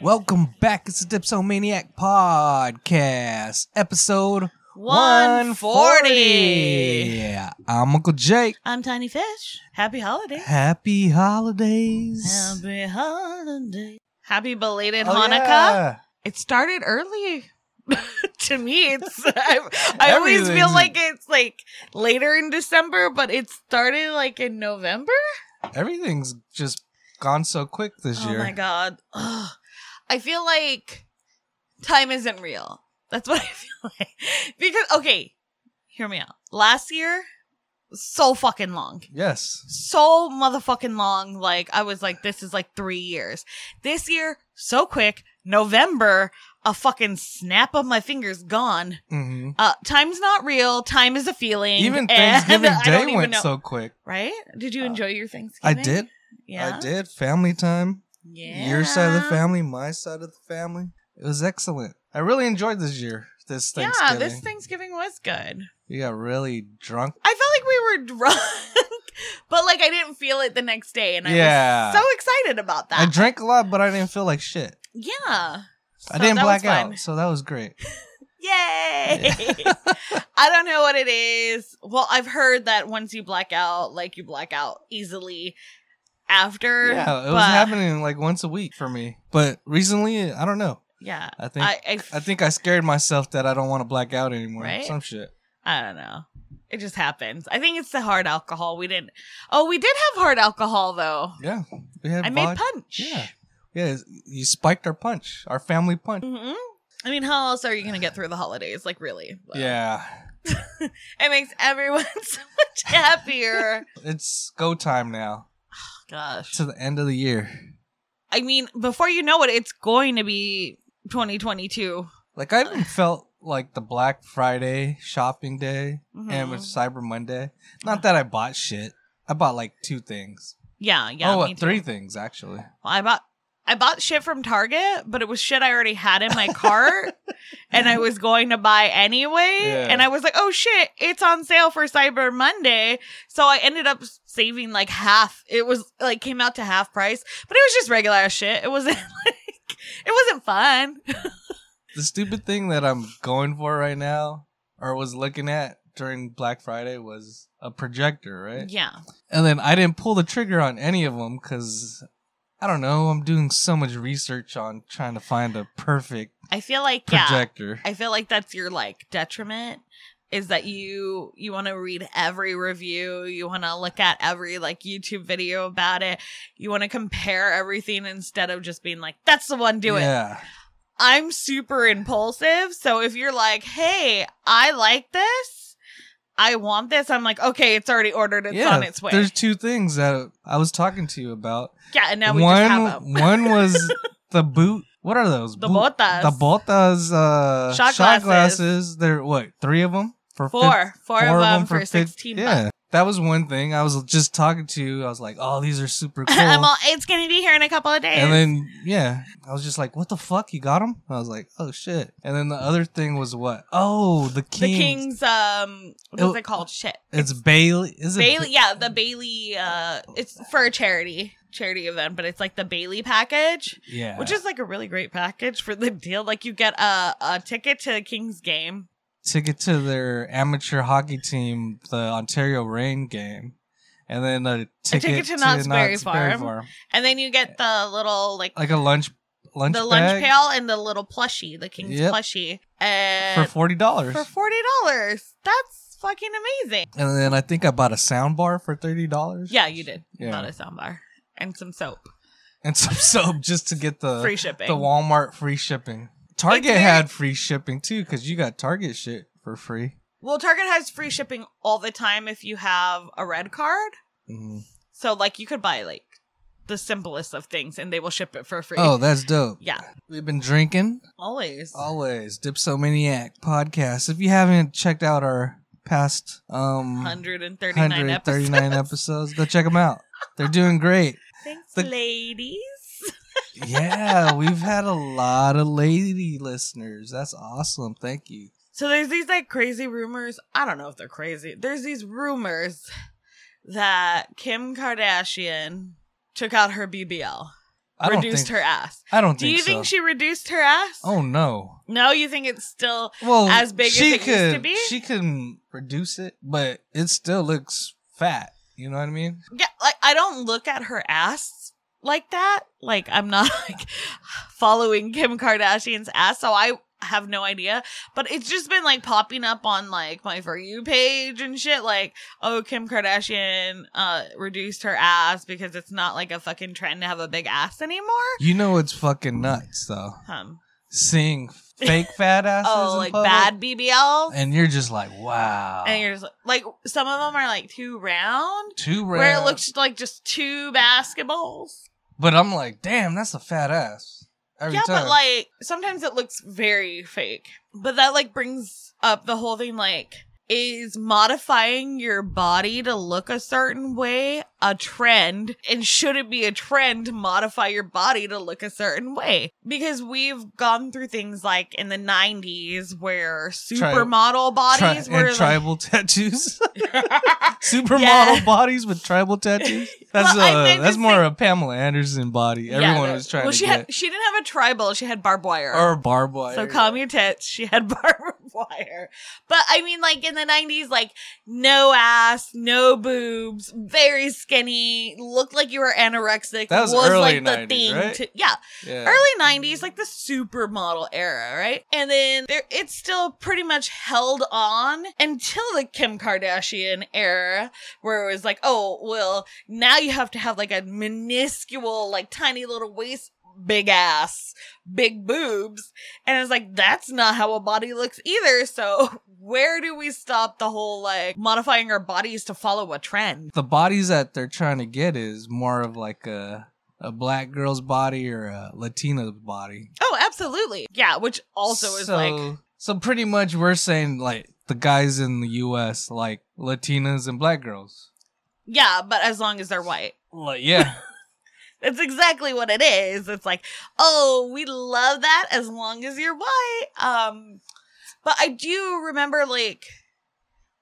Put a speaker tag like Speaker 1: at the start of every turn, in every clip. Speaker 1: Welcome back. It's the Dipsomaniac Podcast, episode
Speaker 2: 140.
Speaker 1: Yeah, I'm Uncle Jake.
Speaker 2: I'm Tiny Fish. Happy holidays.
Speaker 1: Happy holidays.
Speaker 2: Happy holiday. Happy belated
Speaker 1: Oh,
Speaker 2: Hanukkah.
Speaker 1: yeah.
Speaker 2: It started early. to me, it's I, I always feel
Speaker 1: Everything's-
Speaker 2: like it's like later in December, but it started like in November.
Speaker 1: Everything's just gone so quick this
Speaker 2: oh
Speaker 1: year.
Speaker 2: my god. Ugh. I feel like time isn't real. That's what I feel like. Because okay, hear me out. Last year, so fucking long.
Speaker 1: Yes.
Speaker 2: so motherfucking long. Like I was like, this is like three years. This year, so quick. November, a fucking snap of my fingers gone.
Speaker 1: hmm
Speaker 2: Uh, time's not real. Time is a feeling.
Speaker 1: Even
Speaker 2: and
Speaker 1: Thanksgiving
Speaker 2: I don't
Speaker 1: Day
Speaker 2: even
Speaker 1: went
Speaker 2: know-
Speaker 1: so quick.
Speaker 2: right. Did you enjoy your
Speaker 1: I
Speaker 2: Thanksgiving?
Speaker 1: did.
Speaker 2: Yeah.
Speaker 1: I did. Family time.
Speaker 2: Yeah.
Speaker 1: Your side of the family, my side of the family. It was excellent. I really enjoyed this year. This
Speaker 2: Yeah,
Speaker 1: Thanksgiving.
Speaker 2: this Thanksgiving was good.
Speaker 1: We got really drunk.
Speaker 2: I felt like we were drunk, but like I didn't feel it the next day, and I
Speaker 1: Yeah.
Speaker 2: was so excited about that.
Speaker 1: I drank a lot, but I didn't feel like shit.
Speaker 2: yeah.
Speaker 1: I
Speaker 2: So
Speaker 1: didn't
Speaker 2: that was
Speaker 1: black
Speaker 2: fun.
Speaker 1: out, so that was great.
Speaker 2: Yay! I don't know what it is. Well, I've heard that once you black out, like you black out easily after.
Speaker 1: Yeah, it
Speaker 2: Er, but-
Speaker 1: was happening like once a week for me. But recently, I don't know.
Speaker 2: Yeah,
Speaker 1: I think I,
Speaker 2: I, I,
Speaker 1: think I scared myself that I don't want to black out anymore.
Speaker 2: Right?
Speaker 1: Some shit.
Speaker 2: I don't know. It just happens. I think it's the hard alcohol. We didn't. Oh, we did have hard alcohol though.
Speaker 1: Yeah, we had.
Speaker 2: I made
Speaker 1: vod-
Speaker 2: punch.
Speaker 1: Yeah, yeah. You spiked our punch, our family punch.
Speaker 2: hmm I mean, how else are you gonna get through the holidays? Like, really? But
Speaker 1: Yeah,
Speaker 2: It makes everyone so much happier.
Speaker 1: it's go time now
Speaker 2: Gosh.
Speaker 1: to the end of the year.
Speaker 2: I mean, before you know it, it's going to be 2022.
Speaker 1: Like I even felt like the Black Friday shopping day and
Speaker 2: Mhm.
Speaker 1: with Cyber Monday. Not that I bought shit. I bought like two things.
Speaker 2: Yeah, yeah.
Speaker 1: oh,
Speaker 2: me
Speaker 1: what,
Speaker 2: too.
Speaker 1: three things actually.
Speaker 2: Well, I bought I bought shit from Target, but it was shit I already had in my cart and I was going to buy anyway.
Speaker 1: Yeah.
Speaker 2: And I was like, oh shit, it's on sale for Cyber Monday. So I ended up saving like half. It was like came out to half price, but it was just regular ass shit. It wasn't like it wasn't fun.
Speaker 1: the stupid thing that I'm going for right now or was looking at during Black Friday was a projector, right?
Speaker 2: Yeah.
Speaker 1: And then I didn't pull the trigger on any of them cuz I don't know, I'm doing so much research on trying to find a perfect
Speaker 2: I feel like yeah.
Speaker 1: projector.
Speaker 2: I feel like that's your like detriment is that you you want to read every review, you want to look at every like YouTube video about it, you want to compare everything instead of just being like that's the one, do it.
Speaker 1: Yeah.
Speaker 2: I'm super impulsive, so if you're like, "Hey, I like this. I want this." I'm like, "Okay, it's already ordered. It's
Speaker 1: yeah.
Speaker 2: on its way."
Speaker 1: There's two things that I was talking to you about.
Speaker 2: yeah, and now we
Speaker 1: one
Speaker 2: just have them.
Speaker 1: one was the boot. What are those?
Speaker 2: The
Speaker 1: Boot-
Speaker 2: botas.
Speaker 1: The botas uh
Speaker 2: Shot
Speaker 1: shot,
Speaker 2: glasses.
Speaker 1: glasses. They're what? 3 of them for fif-
Speaker 2: Four, four, of them, for,
Speaker 1: fif-
Speaker 2: 16 bucks.
Speaker 1: Yeah, that was one thing. I was just talking to you. I was like, "Oh, these are super cool."
Speaker 2: I'm all, it's going to be here in a couple of days.
Speaker 1: and then yeah, I was just like, "What the fuck? You got them?" I was like, "Oh shit!" And then the other thing was what? Oh,
Speaker 2: the
Speaker 1: the king.
Speaker 2: king's um
Speaker 1: It-
Speaker 2: what's it called shit
Speaker 1: It's Bailey. Is it
Speaker 2: bailey yeah the bailey uh it's for a charity charity event but it's like the bailey package
Speaker 1: yeah.
Speaker 2: which is like a really great package for the deal like you get a, a ticket to the king's game
Speaker 1: ticket to their amateur hockey team, the Ontario Rain game, and then a ticket,
Speaker 2: ticket to Knott's Berry Farm.
Speaker 1: Farm.
Speaker 2: and then you get the little like
Speaker 1: like a lunch lunch
Speaker 2: the lunch
Speaker 1: bag
Speaker 2: pail and the little plushie the king's
Speaker 1: Yep.
Speaker 2: plushie
Speaker 1: for
Speaker 2: and
Speaker 1: forty dollars.
Speaker 2: for forty dollars that's fucking amazing
Speaker 1: and then I think I bought a sound bar for thirty dollars.
Speaker 2: yeah you did
Speaker 1: Yeah.
Speaker 2: not a soundbar and some soap
Speaker 1: and some soap just to get the
Speaker 2: free shipping
Speaker 1: Uh, the Walmart free shipping. Target
Speaker 2: very-
Speaker 1: had free shipping too because you got Target shit for free.
Speaker 2: Well, Target has free shipping all the time if you have a red card. So, like, you could buy like the simplest of things, and they will ship it for free.
Speaker 1: Oh, Um, that's dope.
Speaker 2: yeah,
Speaker 1: We've been drinking
Speaker 2: always.
Speaker 1: always. Dipsomaniac podcast. If you haven't checked out our past um
Speaker 2: 139 episodes.
Speaker 1: 139 episodes, go check them out. They're doing great.
Speaker 2: Thanks,
Speaker 1: The-
Speaker 2: ladies.
Speaker 1: Yeah, we've had a lot of lady listeners. That's awesome. Thank you.
Speaker 2: So there's these like crazy rumors. I don't know if they're crazy. There's these rumors that Kim Kardashian took out her BBL,
Speaker 1: I don't
Speaker 2: reduced
Speaker 1: think,
Speaker 2: her ass.
Speaker 1: I don't
Speaker 2: Do
Speaker 1: think
Speaker 2: you think
Speaker 1: so.
Speaker 2: she reduced her ass?
Speaker 1: Oh no.
Speaker 2: No, you think it's still
Speaker 1: Well,
Speaker 2: As big as
Speaker 1: she
Speaker 2: it used
Speaker 1: could,
Speaker 2: to be?
Speaker 1: She can reduce it, but it still looks fat. You know what I mean?
Speaker 2: yeah, like I don't look at her ass like that. Like I'm not like following Kim Kardashian's ass, so I have no idea. But it's just been like popping up on like my for you page and shit. Like, oh, Kim Kardashian uh reduced her ass because it's not like a fucking trend to have a big ass anymore.
Speaker 1: You know it's fucking nuts though.
Speaker 2: Um,
Speaker 1: Seeing fake fat asses.
Speaker 2: oh,
Speaker 1: in
Speaker 2: like
Speaker 1: public,
Speaker 2: bad BBLs,
Speaker 1: And you're just like, wow.
Speaker 2: and you're just like, like some of them are like too round,
Speaker 1: too rare.
Speaker 2: where it looks like just two basketballs.
Speaker 1: But I'm like, damn, that's a fat ass. Every
Speaker 2: yeah,
Speaker 1: time.
Speaker 2: but like sometimes it looks very fake. But that like brings up the whole thing like is modifying your body to look a certain way a trend and should it be a trend to modify your body to look a certain way because we've gone through things like in the 90s where supermodel
Speaker 1: Tri-
Speaker 2: bodies were
Speaker 1: and
Speaker 2: like,
Speaker 1: tribal tattoos. Supermodel
Speaker 2: Yeah.
Speaker 1: bodies with tribal tattoos. That's
Speaker 2: Well, I
Speaker 1: uh,
Speaker 2: meant to
Speaker 1: that's more
Speaker 2: say-
Speaker 1: a Pamela Anderson body.
Speaker 2: Yeah,
Speaker 1: Everyone
Speaker 2: that-
Speaker 1: was trying
Speaker 2: well
Speaker 1: to
Speaker 2: she
Speaker 1: get
Speaker 2: had she didn't have a tribal she had barbed wire
Speaker 1: or barbed wire.
Speaker 2: So calm your tits. She had barbed wire. But I mean, like in the 90s, like no ass, no boobs, very skinny, looked like you were anorexic.
Speaker 1: That was early 90s, right?
Speaker 2: to- yeah.
Speaker 1: Yeah.
Speaker 2: Early 90s, like the supermodel era, right? And then there, it's still pretty much held on until the Kim Kardashian era, where it was like, oh, well, now you have to have like a minuscule, like tiny little waist, big ass, big boobs. And it's like, that's not how a body looks either. So where do we stop the whole like modifying our bodies to follow a trend?
Speaker 1: the bodies that they're trying to get is more of like a a black girl's body or a Latina's body.
Speaker 2: Oh, absolutely. Yeah, which also is
Speaker 1: so,
Speaker 2: like,
Speaker 1: so pretty much we're saying like the guys in the U.S. like Latinas and black girls.
Speaker 2: yeah, but as long as they're white.
Speaker 1: Like yeah,
Speaker 2: That's exactly what it is. It's like, oh, we love that as long as you're white. Um, but I do remember like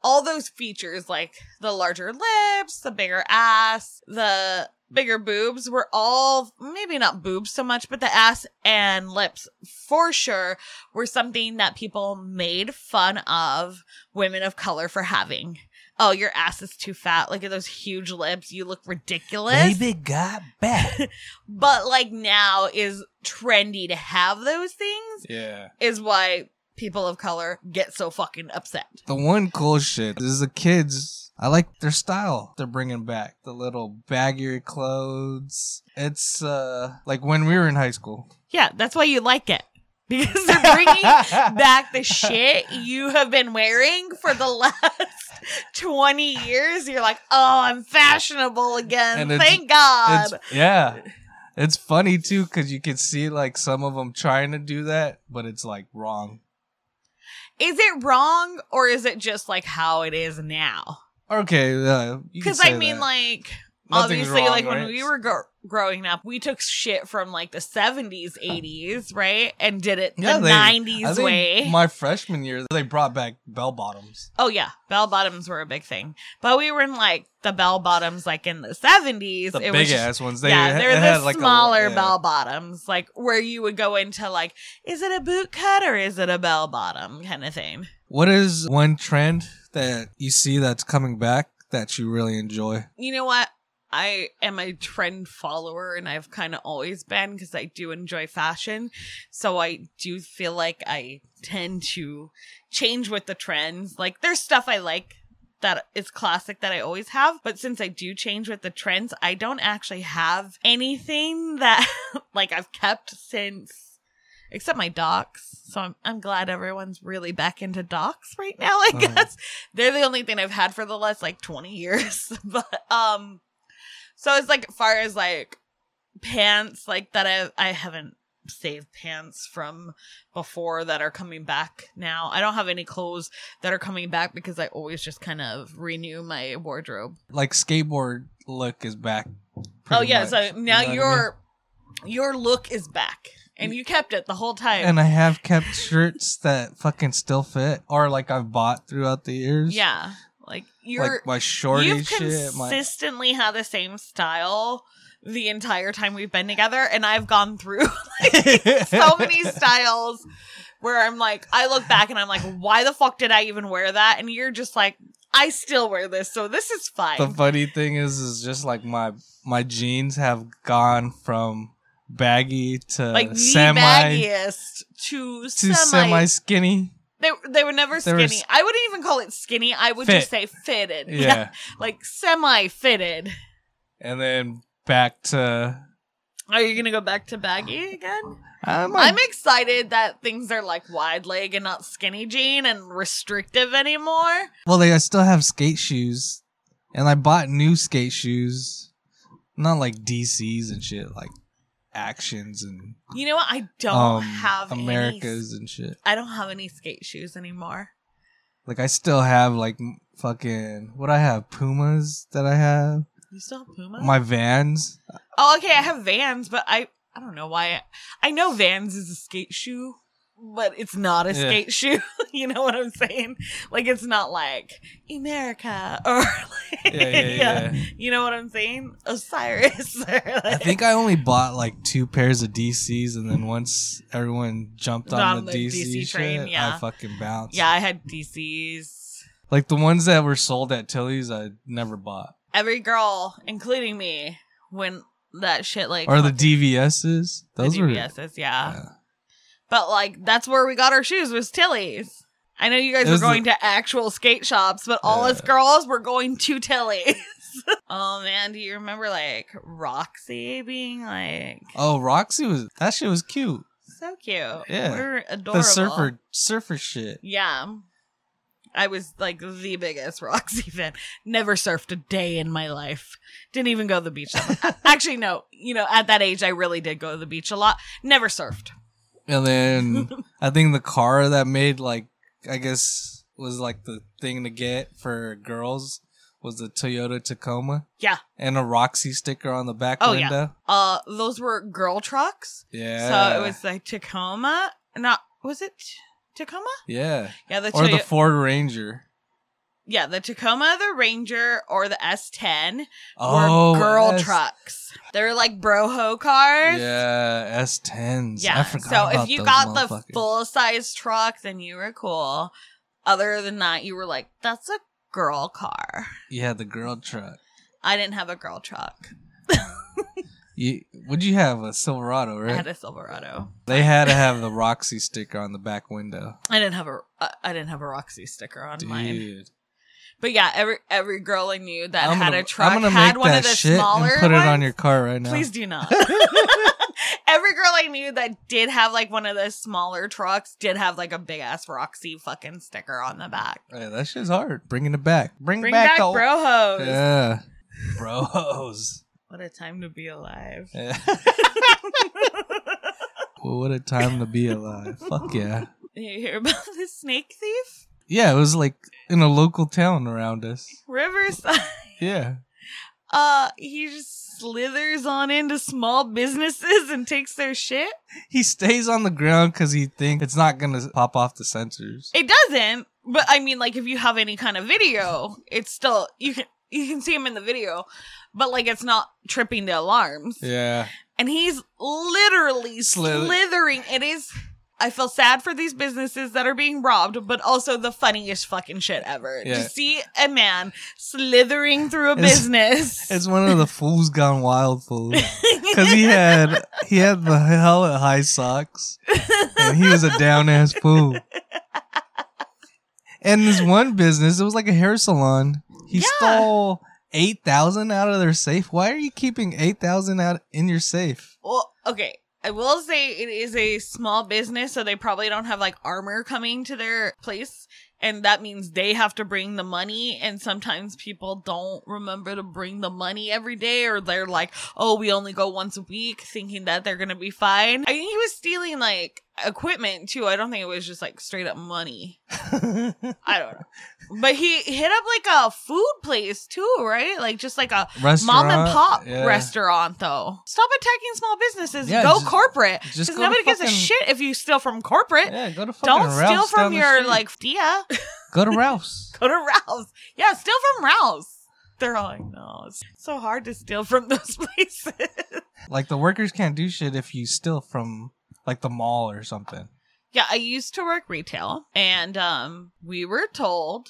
Speaker 2: all those features, like the larger lips, the bigger ass, the bigger boobs were all maybe not boobs so much, but the ass and lips for sure were something that people made fun of women of color for having. Oh, your ass is too fat. Look at those huge lips. You look ridiculous
Speaker 1: baby got back.
Speaker 2: but like now is trendy to have those things
Speaker 1: yeah.
Speaker 2: is why people of color get so fucking upset.
Speaker 1: The one cool shit is the kids. I like their style. They're bringing back the little baggier clothes. It's uh like when we were in high school.
Speaker 2: Yeah, that's why you like it because they're bringing back the shit you have been wearing for the last 20 years. You're like, "Oh, I'm fashionable again.
Speaker 1: And it's-
Speaker 2: Thank God."
Speaker 1: It's, yeah. It's funny too because you can see like some of them trying to do that, but it's like wrong.
Speaker 2: is it wrong or is it just like how it is now?
Speaker 1: Okay, uh, you can
Speaker 2: Because I
Speaker 1: say
Speaker 2: mean,
Speaker 1: that.
Speaker 2: like,
Speaker 1: Nothing's
Speaker 2: obviously,
Speaker 1: wrong,
Speaker 2: like when
Speaker 1: right?
Speaker 2: we were gro- growing up, we took shit from like the 70s, 80s, right? And did it
Speaker 1: Yeah,
Speaker 2: the
Speaker 1: they- I
Speaker 2: 90s
Speaker 1: think
Speaker 2: way.
Speaker 1: My freshman year, they brought back bell bottoms.
Speaker 2: oh, yeah. Bell bottoms were a big thing. But we were in like the bell bottoms, like in the 70s.
Speaker 1: The
Speaker 2: it was
Speaker 1: big
Speaker 2: just-
Speaker 1: ass ones. They
Speaker 2: yeah,
Speaker 1: it
Speaker 2: they're the
Speaker 1: had, like, a lo-
Speaker 2: smaller
Speaker 1: yeah.
Speaker 2: bell bottoms, like where you would go into like, is it a boot cut or is it a bell bottom kind of thing.
Speaker 1: What is one trend that you see that's coming back that you really enjoy?
Speaker 2: you know what? I am a trend follower and I've kind of always been because I do enjoy fashion. So I do feel like I tend to change with the trends. Like there's stuff I like that is classic that I always have, but since I do change with the trends, I don't actually have anything that like I've kept since except my docs. So I'm I'm glad everyone's really back into docs right now, I
Speaker 1: Oh.
Speaker 2: guess. They're the only thing I've had for the last like 20 years. but um so it's like far as like pants like that I I haven't saved pants from before that are coming back now. I don't have any clothes that are coming back because I always just kind of renew my wardrobe.
Speaker 1: Like skateboard look is back.
Speaker 2: oh
Speaker 1: pretty
Speaker 2: yeah,
Speaker 1: much.
Speaker 2: so
Speaker 1: You
Speaker 2: now
Speaker 1: know what I
Speaker 2: your your look is back. And you kept it the whole
Speaker 1: mean?
Speaker 2: time.
Speaker 1: And I have kept shirts that fucking still fit, or like I've bought throughout the years.
Speaker 2: yeah. Like you're
Speaker 1: like my shorty
Speaker 2: you've
Speaker 1: shit. My
Speaker 2: consistently had the same style the entire time we've been together, and I've gone through so many styles where I'm like, I look back and I'm like, why the fuck did I even wear that? And you're just like, I still wear this, so this is fine.
Speaker 1: the funny thing is is just like my my jeans have gone from baggy to
Speaker 2: like the
Speaker 1: uh, semi
Speaker 2: baggiest to,
Speaker 1: to
Speaker 2: semi.
Speaker 1: semi skinny.
Speaker 2: They, they were never
Speaker 1: They
Speaker 2: skinny.
Speaker 1: were s-
Speaker 2: I wouldn't even call it skinny. I would
Speaker 1: Fit.
Speaker 2: just say fitted.
Speaker 1: Yeah.
Speaker 2: like semi fitted.
Speaker 1: and then back to
Speaker 2: Are you gonna go back to baggy again?
Speaker 1: I might,
Speaker 2: I'm excited that things are like wide leg and not skinny jean and restrictive anymore.
Speaker 1: well they I still have skate shoes and I bought new skate shoes. Not like DCs and shit, like actions and
Speaker 2: You know what? I don't
Speaker 1: um,
Speaker 2: have any-
Speaker 1: Americas and shit.
Speaker 2: I don't have any skate shoes anymore.
Speaker 1: Like I still have like m- fucking what I have Pumas that I have
Speaker 2: You still have Puma?
Speaker 1: my Vans.
Speaker 2: oh, okay. I have Vans, but I I don't know why. I, I know Vans is a skate shoe, but it's not a
Speaker 1: Yeah.
Speaker 2: skate shoe. you know what I'm saying? Like it's not like America or like,
Speaker 1: Yeah, yeah, yeah.
Speaker 2: You know what I'm saying? Osiris.
Speaker 1: I think I only bought like two pairs of DCs, and then once everyone jumped on,
Speaker 2: On
Speaker 1: the,
Speaker 2: the
Speaker 1: DC,
Speaker 2: DC train,
Speaker 1: shit,
Speaker 2: yeah.
Speaker 1: I fucking bounced.
Speaker 2: Yeah, I had DCs.
Speaker 1: like the ones that were sold at Tilly's, I never bought,
Speaker 2: Every girl, including me, when that shit like
Speaker 1: or the DVSs.
Speaker 2: the
Speaker 1: Those were
Speaker 2: DVSs, yeah.
Speaker 1: yeah.
Speaker 2: But like that's where we got our shoes was Tilly's. I know you guys
Speaker 1: It
Speaker 2: were
Speaker 1: was
Speaker 2: going to actual skate shops, but all us
Speaker 1: Yeah.
Speaker 2: girls were going to Tilly's. oh man, do you remember like Roxy being like
Speaker 1: Oh, Roxy was that shit was cute.
Speaker 2: so cute?
Speaker 1: Yeah.
Speaker 2: We're adorable.
Speaker 1: The surfer surfer shit.
Speaker 2: Yeah. I was like the biggest Roxy fan. Never surfed a day in my life. Didn't even go to the beach. that much. Actually, no. You know, at that age, I really did go to the beach a lot. Never surfed.
Speaker 1: And then I think the car that made like I guess was like the thing to get for girls was the Toyota Tacoma.
Speaker 2: Yeah.
Speaker 1: And a Roxy sticker on the back
Speaker 2: Oh, yeah.
Speaker 1: window.
Speaker 2: Uh, those were girl trucks.
Speaker 1: Yeah.
Speaker 2: So it was like Tacoma. Not was it Tacoma?
Speaker 1: Yeah.
Speaker 2: Yeah, the,
Speaker 1: Or the
Speaker 2: Toyo-
Speaker 1: Ford Ranger.
Speaker 2: yeah the Tacoma, the Ranger, or the S10
Speaker 1: Oh,
Speaker 2: were girl
Speaker 1: S-
Speaker 2: trucks. They were like broho cars.
Speaker 1: Yeah, S tens.
Speaker 2: Yeah.
Speaker 1: I forgot
Speaker 2: so
Speaker 1: about
Speaker 2: if you
Speaker 1: those
Speaker 2: got the
Speaker 1: motherfuckers.
Speaker 2: full size truck, then you were cool. Other than that, you were like, that's a girl car.
Speaker 1: yeah, the girl truck.
Speaker 2: I didn't have a girl truck.
Speaker 1: You would you have a Silverado,
Speaker 2: I
Speaker 1: right?
Speaker 2: had a Silverado.
Speaker 1: they had to have the Roxy sticker on the back window.
Speaker 2: I didn't have a I- I didn't have a Roxy sticker on
Speaker 1: Dude,
Speaker 2: mine. But yeah, every every girl I knew that
Speaker 1: I'm
Speaker 2: had
Speaker 1: gonna,
Speaker 2: a truck
Speaker 1: I'm gonna
Speaker 2: had
Speaker 1: make
Speaker 2: one
Speaker 1: that
Speaker 2: of the
Speaker 1: shit
Speaker 2: smaller
Speaker 1: and put
Speaker 2: ones.
Speaker 1: it on your car right now.
Speaker 2: Please do not. Every girl I knew that did have like one of those smaller trucks did have like a big ass Roxy fucking sticker on the back.
Speaker 1: Hey, that shit's hard. Bringing it back. Bring,
Speaker 2: Bring
Speaker 1: back,
Speaker 2: back,
Speaker 1: the old-
Speaker 2: brohos.
Speaker 1: Yeah, bros.
Speaker 2: What a time to be alive.
Speaker 1: Yeah. well, what a time to be alive. Fuck yeah.
Speaker 2: you hear about the snake thief?
Speaker 1: Yeah, it was like in a local town around us.
Speaker 2: Riverside.
Speaker 1: Yeah.
Speaker 2: Uh, he just slithers on into small businesses and takes their shit.
Speaker 1: He stays on the ground because he thinks it's not going to pop off the sensors.
Speaker 2: It doesn't, but I mean, like, if you have any kind of video, it's still you can you can see him in the video, but like, it's not tripping the alarms.
Speaker 1: Yeah.
Speaker 2: and he's literally
Speaker 1: Slither-
Speaker 2: slithering. It is. I feel sad for these businesses that are being robbed, but also the funniest fucking shit ever.
Speaker 1: Yeah.
Speaker 2: To see a man slithering through a
Speaker 1: It's-
Speaker 2: business.
Speaker 1: It's one of the fools gone wild fools. Because he had he had the hell at high socks, and he was a down ass fool. And this one business, it was like a hair salon. He
Speaker 2: Yeah.
Speaker 1: stole eight thousand out of their safe. Why are you keeping eight thousand out in your safe?
Speaker 2: well, okay. I will say it is a small business, so they probably don't have like armor coming to their place. And that means they have to bring the money. And sometimes people don't remember to bring the money every day, or they're like, oh, we only go once a week, thinking that they're going to be fine. I think he was stealing like equipment too. I don't think it was just like straight up money. I don't know. But he hit up like a food place too, right? Like just like a
Speaker 1: Restaurant,
Speaker 2: mom and pop
Speaker 1: yeah.
Speaker 2: restaurant though. Stop attacking small businesses.
Speaker 1: Yeah,
Speaker 2: go
Speaker 1: just-
Speaker 2: corporate.
Speaker 1: just
Speaker 2: Because
Speaker 1: go to
Speaker 2: nobody gives a
Speaker 1: fucking-
Speaker 2: shit if you steal from corporate.
Speaker 1: Yeah, go to fucking
Speaker 2: Don't steal
Speaker 1: Ralph's down
Speaker 2: from
Speaker 1: the
Speaker 2: your
Speaker 1: street.
Speaker 2: like Dia.
Speaker 1: Go to Ralph's.
Speaker 2: go to Ralph's. Yeah, steal from Ralph's. They're all like, no, it's so hard to steal from those places.
Speaker 1: Like the workers can't do shit if you steal from like the mall or something.
Speaker 2: yeah, I used to work retail, and um, we were told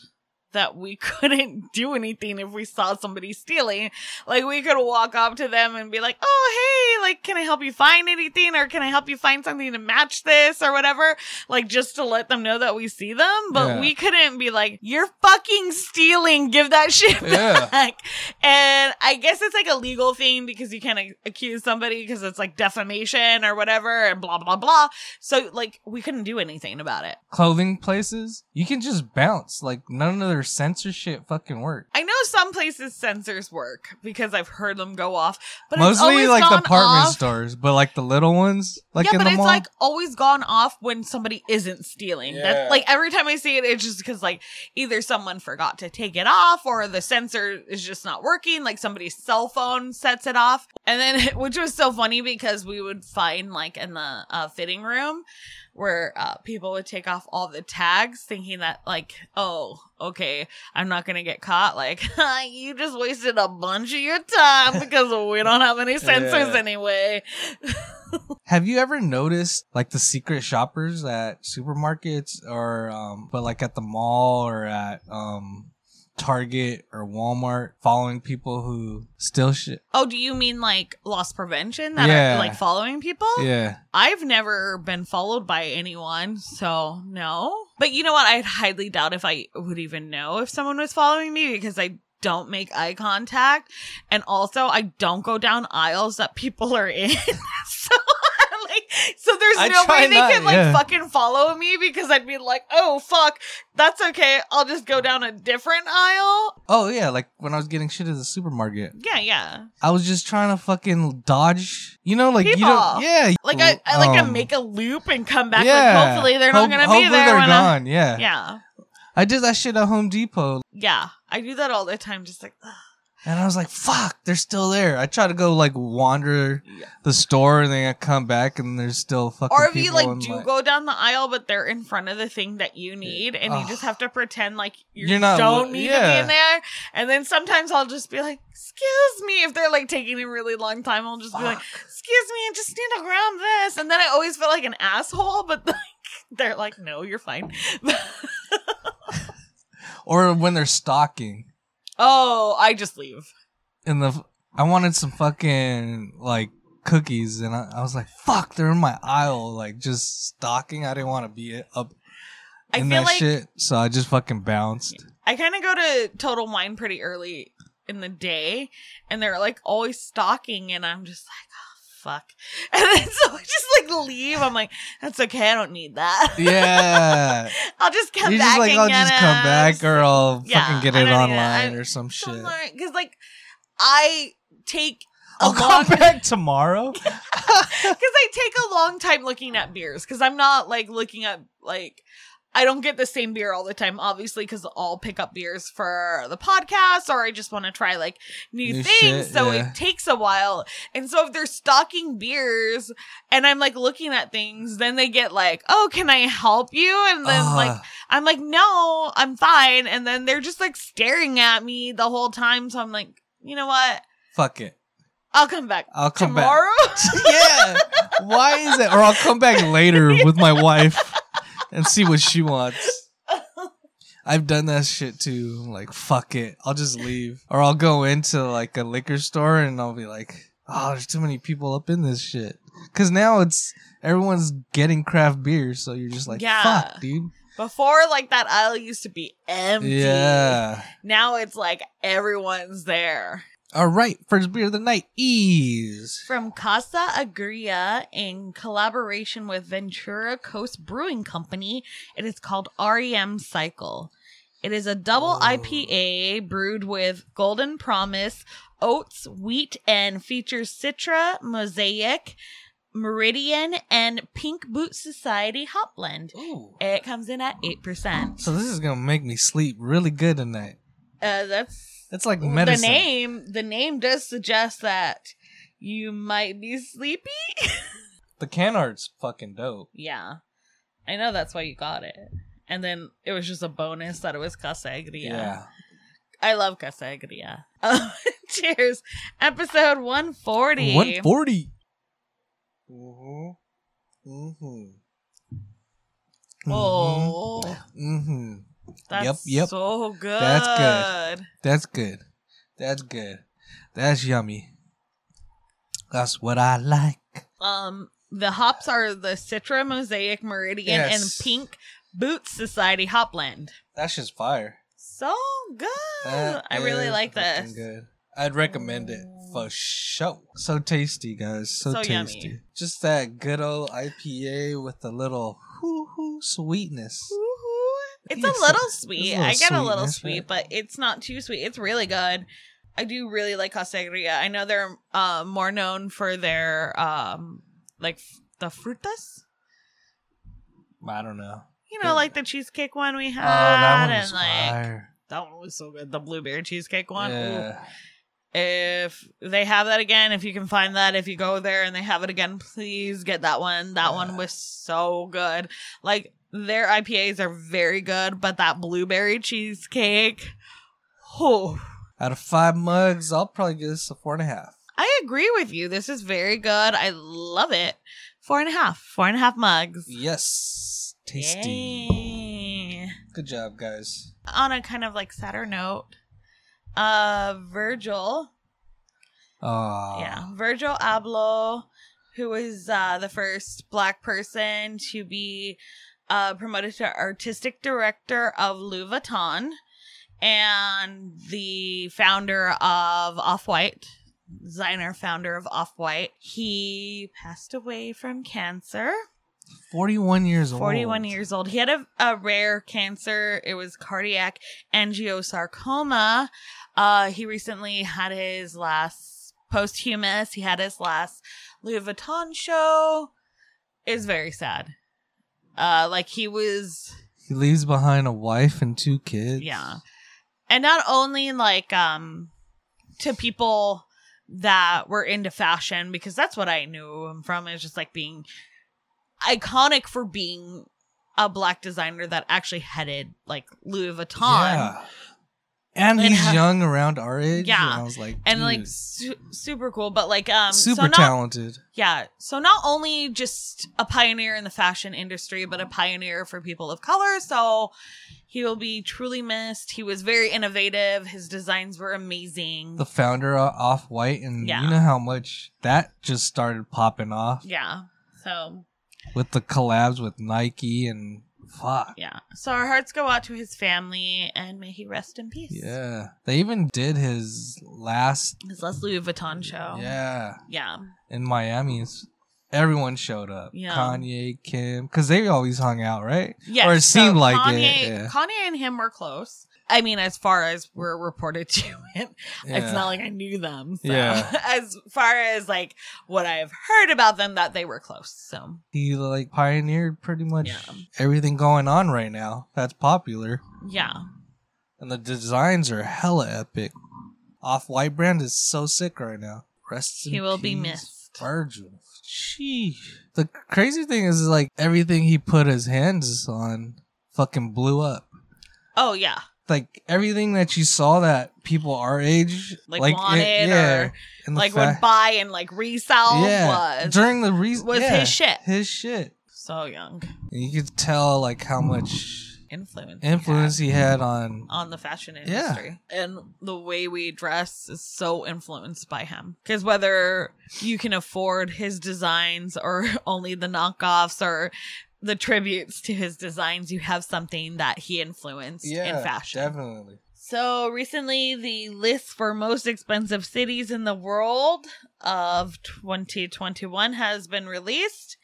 Speaker 2: that we couldn't do anything if we saw somebody stealing. Like we could walk up to them and be like, "Oh, hey, like can I help you find anything or can I help you find something to match this or whatever?" Like just to let them know that we see them, but
Speaker 1: Yeah.
Speaker 2: we couldn't be like, "You're fucking stealing. Give that shit
Speaker 1: Yeah.
Speaker 2: back." And I guess it's like a legal thing because you can't ac- accuse somebody because it's like defamation or whatever and blah blah blah. So like we couldn't do anything about it.
Speaker 1: Clothing places, you can just bounce. Like none of their censorship fucking work.
Speaker 2: I know some places sensors work because I've heard them go off, but it's
Speaker 1: Mostly
Speaker 2: always
Speaker 1: like the
Speaker 2: gone
Speaker 1: apartment
Speaker 2: off.
Speaker 1: stores, but like the little ones, like
Speaker 2: yeah,
Speaker 1: in
Speaker 2: but
Speaker 1: the
Speaker 2: it's
Speaker 1: mall.
Speaker 2: like always gone off when somebody isn't stealing.
Speaker 1: Yeah.
Speaker 2: That like every time I see it, it's just because like either someone forgot to take it off or the sensor is just not working. Like somebody's cell phone sets it off, and then which was so funny because we would find like in the uh, fitting room where uh, people would take off all the tags, thinking that like oh okay I'm not gonna get caught. Like you just wasted a bunch of your time because we don't have any sensors
Speaker 1: Yeah.
Speaker 2: anyway.
Speaker 1: Have you ever noticed like the secret shoppers at supermarkets or um but like at the mall or at um Target or Walmart following people who steal shit?
Speaker 2: Oh, do you mean like loss prevention that
Speaker 1: Yeah.
Speaker 2: are like following people?
Speaker 1: Yeah.
Speaker 2: I've never been followed by anyone, so no. But you know what? I'd highly doubt if I would even know if someone was following me because I don't make eye contact. And also, I don't go down aisles that people are in. so. Like, so there's
Speaker 1: I
Speaker 2: no
Speaker 1: try
Speaker 2: way they
Speaker 1: not-
Speaker 2: can like
Speaker 1: yeah.
Speaker 2: fucking follow me because I'd be like, oh fuck, that's okay. I'll just go down a different aisle.
Speaker 1: Oh yeah, like when I was getting shit at the supermarket,
Speaker 2: Yeah, yeah.
Speaker 1: I was just trying to fucking dodge. You know, like you
Speaker 2: People.
Speaker 1: don't. Yeah.
Speaker 2: Like I, I like to
Speaker 1: um,
Speaker 2: make a loop and come back.
Speaker 1: yeah.
Speaker 2: Like hopefully they're not
Speaker 1: Hope-
Speaker 2: gonna be
Speaker 1: hopefully
Speaker 2: there
Speaker 1: They're
Speaker 2: when I.
Speaker 1: gone. yeah.
Speaker 2: Yeah,
Speaker 1: I did that shit at Home Depot,
Speaker 2: yeah. I do that all the time. Just like ugh.
Speaker 1: and I was like, "Fuck, they're still there." I try to go like wander
Speaker 2: Yeah.
Speaker 1: the store, and then I come back, and there's still fucking.
Speaker 2: or if you
Speaker 1: people
Speaker 2: like
Speaker 1: and,
Speaker 2: do go down the aisle, but they're in front of the thing that you need, and you
Speaker 1: Ugh.
Speaker 2: just have to pretend like you
Speaker 1: You're not-
Speaker 2: don't need to be
Speaker 1: yeah.
Speaker 2: in there. And then sometimes I'll just be like, "Excuse me," if they're like taking a really long time, I'll just be like,
Speaker 1: Fuck.
Speaker 2: "Excuse me, I just need to grab this." And then I always feel like an asshole, but like they're like, "No, you're fine."
Speaker 1: or when they're stalking
Speaker 2: oh, I just leave.
Speaker 1: in the. I wanted some fucking like cookies, and I, I was like, "Fuck, they're in my aisle, like just stalking." I didn't want to be up
Speaker 2: I
Speaker 1: in
Speaker 2: feel
Speaker 1: that
Speaker 2: like-
Speaker 1: shit, so I just fucking bounced.
Speaker 2: I kind of go to Total Wine pretty early in the day, and they're like always stalking, and I'm just like, oh, fuck. And then so I just like leave. I'm like, that's okay. I don't need that.
Speaker 1: Yeah,
Speaker 2: I'll just come
Speaker 1: you're
Speaker 2: back.
Speaker 1: just like,
Speaker 2: and
Speaker 1: "I'll
Speaker 2: get
Speaker 1: just come back,
Speaker 2: it."
Speaker 1: or I'll
Speaker 2: Yeah,
Speaker 1: fucking get
Speaker 2: I
Speaker 1: it
Speaker 2: don't need it.
Speaker 1: online
Speaker 2: I-
Speaker 1: or some shit."
Speaker 2: Because like I take a
Speaker 1: I'll
Speaker 2: long
Speaker 1: come back tomorrow.
Speaker 2: because I take a long time looking at beers because I'm not like looking at like I don't get the same beer all the time, obviously, because I'll pick up beers for the podcast or I just want to try like new,
Speaker 1: New
Speaker 2: things.
Speaker 1: shit,
Speaker 2: so
Speaker 1: yeah.
Speaker 2: it takes a while. And so if they're stocking beers and I'm like looking at things, then they get like, oh, can I help you? And then like
Speaker 1: Ah,
Speaker 2: I'm like, no, I'm fine. And then they're just like staring at me the whole time. So I'm like, you know what?
Speaker 1: fuck it.
Speaker 2: I'll come back
Speaker 1: I'll come
Speaker 2: tomorrow.
Speaker 1: back. yeah. Why is it? Or I'll come back later with my wife and see what she wants. I've done that shit too. I'm like, fuck it. I'll just leave. Or I'll go into like a liquor store and I'll be like, oh, there's too many people up in this shit. Cause now it's everyone's getting craft beer. So you're just like,
Speaker 2: Yeah.
Speaker 1: fuck, dude.
Speaker 2: Before, like that aisle used to be empty.
Speaker 1: Yeah.
Speaker 2: Now it's like everyone's there.
Speaker 1: All right. First beer of the night is.
Speaker 2: From Casa Agria in collaboration with Ventura Coast Brewing Company, it is called REM Cycle. It is a double
Speaker 1: Ooh.
Speaker 2: IPA brewed with Golden Promise, oats, wheat, and features Citra, Mosaic, Meridian, and Pink Boot Society hop blend. It comes in at 8%.
Speaker 1: So this is gonna make me sleep really good tonight.
Speaker 2: Uh, that's
Speaker 1: It's like
Speaker 2: Well,
Speaker 1: medicine.
Speaker 2: The name, the name does suggest that you might be sleepy.
Speaker 1: The can art's fucking dope.
Speaker 2: Yeah, I know that's why you got it. And then it was just a bonus that it was Casa Agria. I love Casagria. Oh, cheers. Episode 140.
Speaker 1: 140.
Speaker 2: Mm-hmm.
Speaker 1: Mhm. Mhm.
Speaker 2: Oh,
Speaker 1: Mhm.
Speaker 2: that's
Speaker 1: Yep, yep.
Speaker 2: so good.
Speaker 1: That's That's good. That's good. That's yummy. That's what I like.
Speaker 2: Um, the hops are the Citra, Mosaic, Meridian,
Speaker 1: Yes.
Speaker 2: and Pink Boots Society Hopland.
Speaker 1: That's just fire.
Speaker 2: So good.
Speaker 1: That
Speaker 2: I really
Speaker 1: is
Speaker 2: like
Speaker 1: fucking
Speaker 2: this.
Speaker 1: Good. I'd recommend it for sure. So tasty, guys. So,
Speaker 2: So yummy.
Speaker 1: tasty. Just that good old IPA with a little hoo hoo sweetness.
Speaker 2: Woo-hoo. It's
Speaker 1: Yes,
Speaker 2: a little
Speaker 1: it's a
Speaker 2: sweet.
Speaker 1: little
Speaker 2: I get a little
Speaker 1: sweetness,
Speaker 2: sweet,
Speaker 1: right?
Speaker 2: but it's not too sweet. It's really good. I do really like Casagria. I know they're uh, more known for their um like f- the frutas.
Speaker 1: I don't know.
Speaker 2: You know,
Speaker 1: Yeah.
Speaker 2: like the cheesecake one we had,
Speaker 1: Oh, that one was
Speaker 2: and Ah, like
Speaker 1: fire.
Speaker 2: that one was so good. The blueberry cheesecake one. Ooh.
Speaker 1: Yeah.
Speaker 2: If they have that again, if you can find that, if you go there and they have it again, please get that one. That one
Speaker 1: Yeah.
Speaker 2: was so good. Like their IPAs are very good, but that blueberry cheesecake, oh,
Speaker 1: Out of five mugs, I'll probably give this a four and a half.
Speaker 2: I agree with you. This is very good. I love it. Four and a half, four and a half mugs.
Speaker 1: Yes. Tasty.
Speaker 2: Yay.
Speaker 1: Good job, guys.
Speaker 2: On a kind of like sadder note, uh, Virgil
Speaker 1: Uh,
Speaker 2: Yeah, Virgil Abloh, who was uh, the first black person to be uh, promoted to artistic director of Louis Vuitton and the founder of Off White, designer founder of Off White. He passed away from cancer.
Speaker 1: 41 years old.
Speaker 2: 41 years old. He had a, a rare cancer. It was cardiac angiosarcoma. Uh, he recently had his last posthumous. He had his last Louis Vuitton show. Is very sad. Uh, like he was,
Speaker 1: He leaves behind a wife and two kids.
Speaker 2: yeah, and not only like um to people that were into fashion because that's what I knew him from is just like being iconic for being a black designer that actually headed like Louis Vuitton.
Speaker 1: Yeah. And,
Speaker 2: And
Speaker 1: he's
Speaker 2: ha-
Speaker 1: young around our age.
Speaker 2: Yeah.
Speaker 1: And I was like,
Speaker 2: And like
Speaker 1: dude,
Speaker 2: su- super cool, but like um
Speaker 1: super
Speaker 2: so not,
Speaker 1: talented.
Speaker 2: Yeah. So not only just a pioneer in the fashion industry, but a pioneer for people of color. So he will be truly missed. He was very innovative. His designs were amazing.
Speaker 1: The founder of Off White, and
Speaker 2: Yeah.
Speaker 1: you know how much that just started popping off
Speaker 2: yeah. So
Speaker 1: with the collabs with Nike and fuck.
Speaker 2: yeah. So our hearts go out to his family and may he rest in peace.
Speaker 1: Yeah. They even did his last,
Speaker 2: His last Louis Vuitton show.
Speaker 1: yeah,
Speaker 2: Yeah.
Speaker 1: in Miami. It's- Everyone showed up.
Speaker 2: Yeah.
Speaker 1: Kanye, Kim, because they always hung out, right?
Speaker 2: Yes,
Speaker 1: Or it seemed like it,
Speaker 2: Kanye,
Speaker 1: yeah.
Speaker 2: Kanye and him were close. I mean, as far as we're reported to it, it's
Speaker 1: Yeah.
Speaker 2: not like I knew them. So.
Speaker 1: Yeah.
Speaker 2: as far as like what I've heard about them, that they were close. So
Speaker 1: he like pioneered pretty much
Speaker 2: Yeah.
Speaker 1: everything going on right now that's popular
Speaker 2: yeah,
Speaker 1: and the designs are hella epic off-white brand is so sick right now rest in
Speaker 2: he will be
Speaker 1: peace,
Speaker 2: missed.
Speaker 1: virgil Sheesh. the crazy thing is like everything he put his hands on fucking blew up
Speaker 2: Oh yeah,
Speaker 1: like everything that you saw that people our age
Speaker 2: Like,
Speaker 1: it-
Speaker 2: wanted or,
Speaker 1: and the
Speaker 2: like would
Speaker 1: fact-
Speaker 2: buy and like resell
Speaker 1: yeah
Speaker 2: was
Speaker 1: during the reason
Speaker 2: was his shit.
Speaker 1: his shit
Speaker 2: So young
Speaker 1: and you could tell like how much
Speaker 2: influence he had
Speaker 1: influence he had on
Speaker 2: on the fashion
Speaker 1: Yeah.
Speaker 2: industry and the way we dress is so influenced by him because whether you can afford his designs or only the knockoffs or the tributes to his designs you have something that he influenced in fashion
Speaker 1: Definitely.
Speaker 2: so recently the list for most expensive cities in the world of 2021 has been released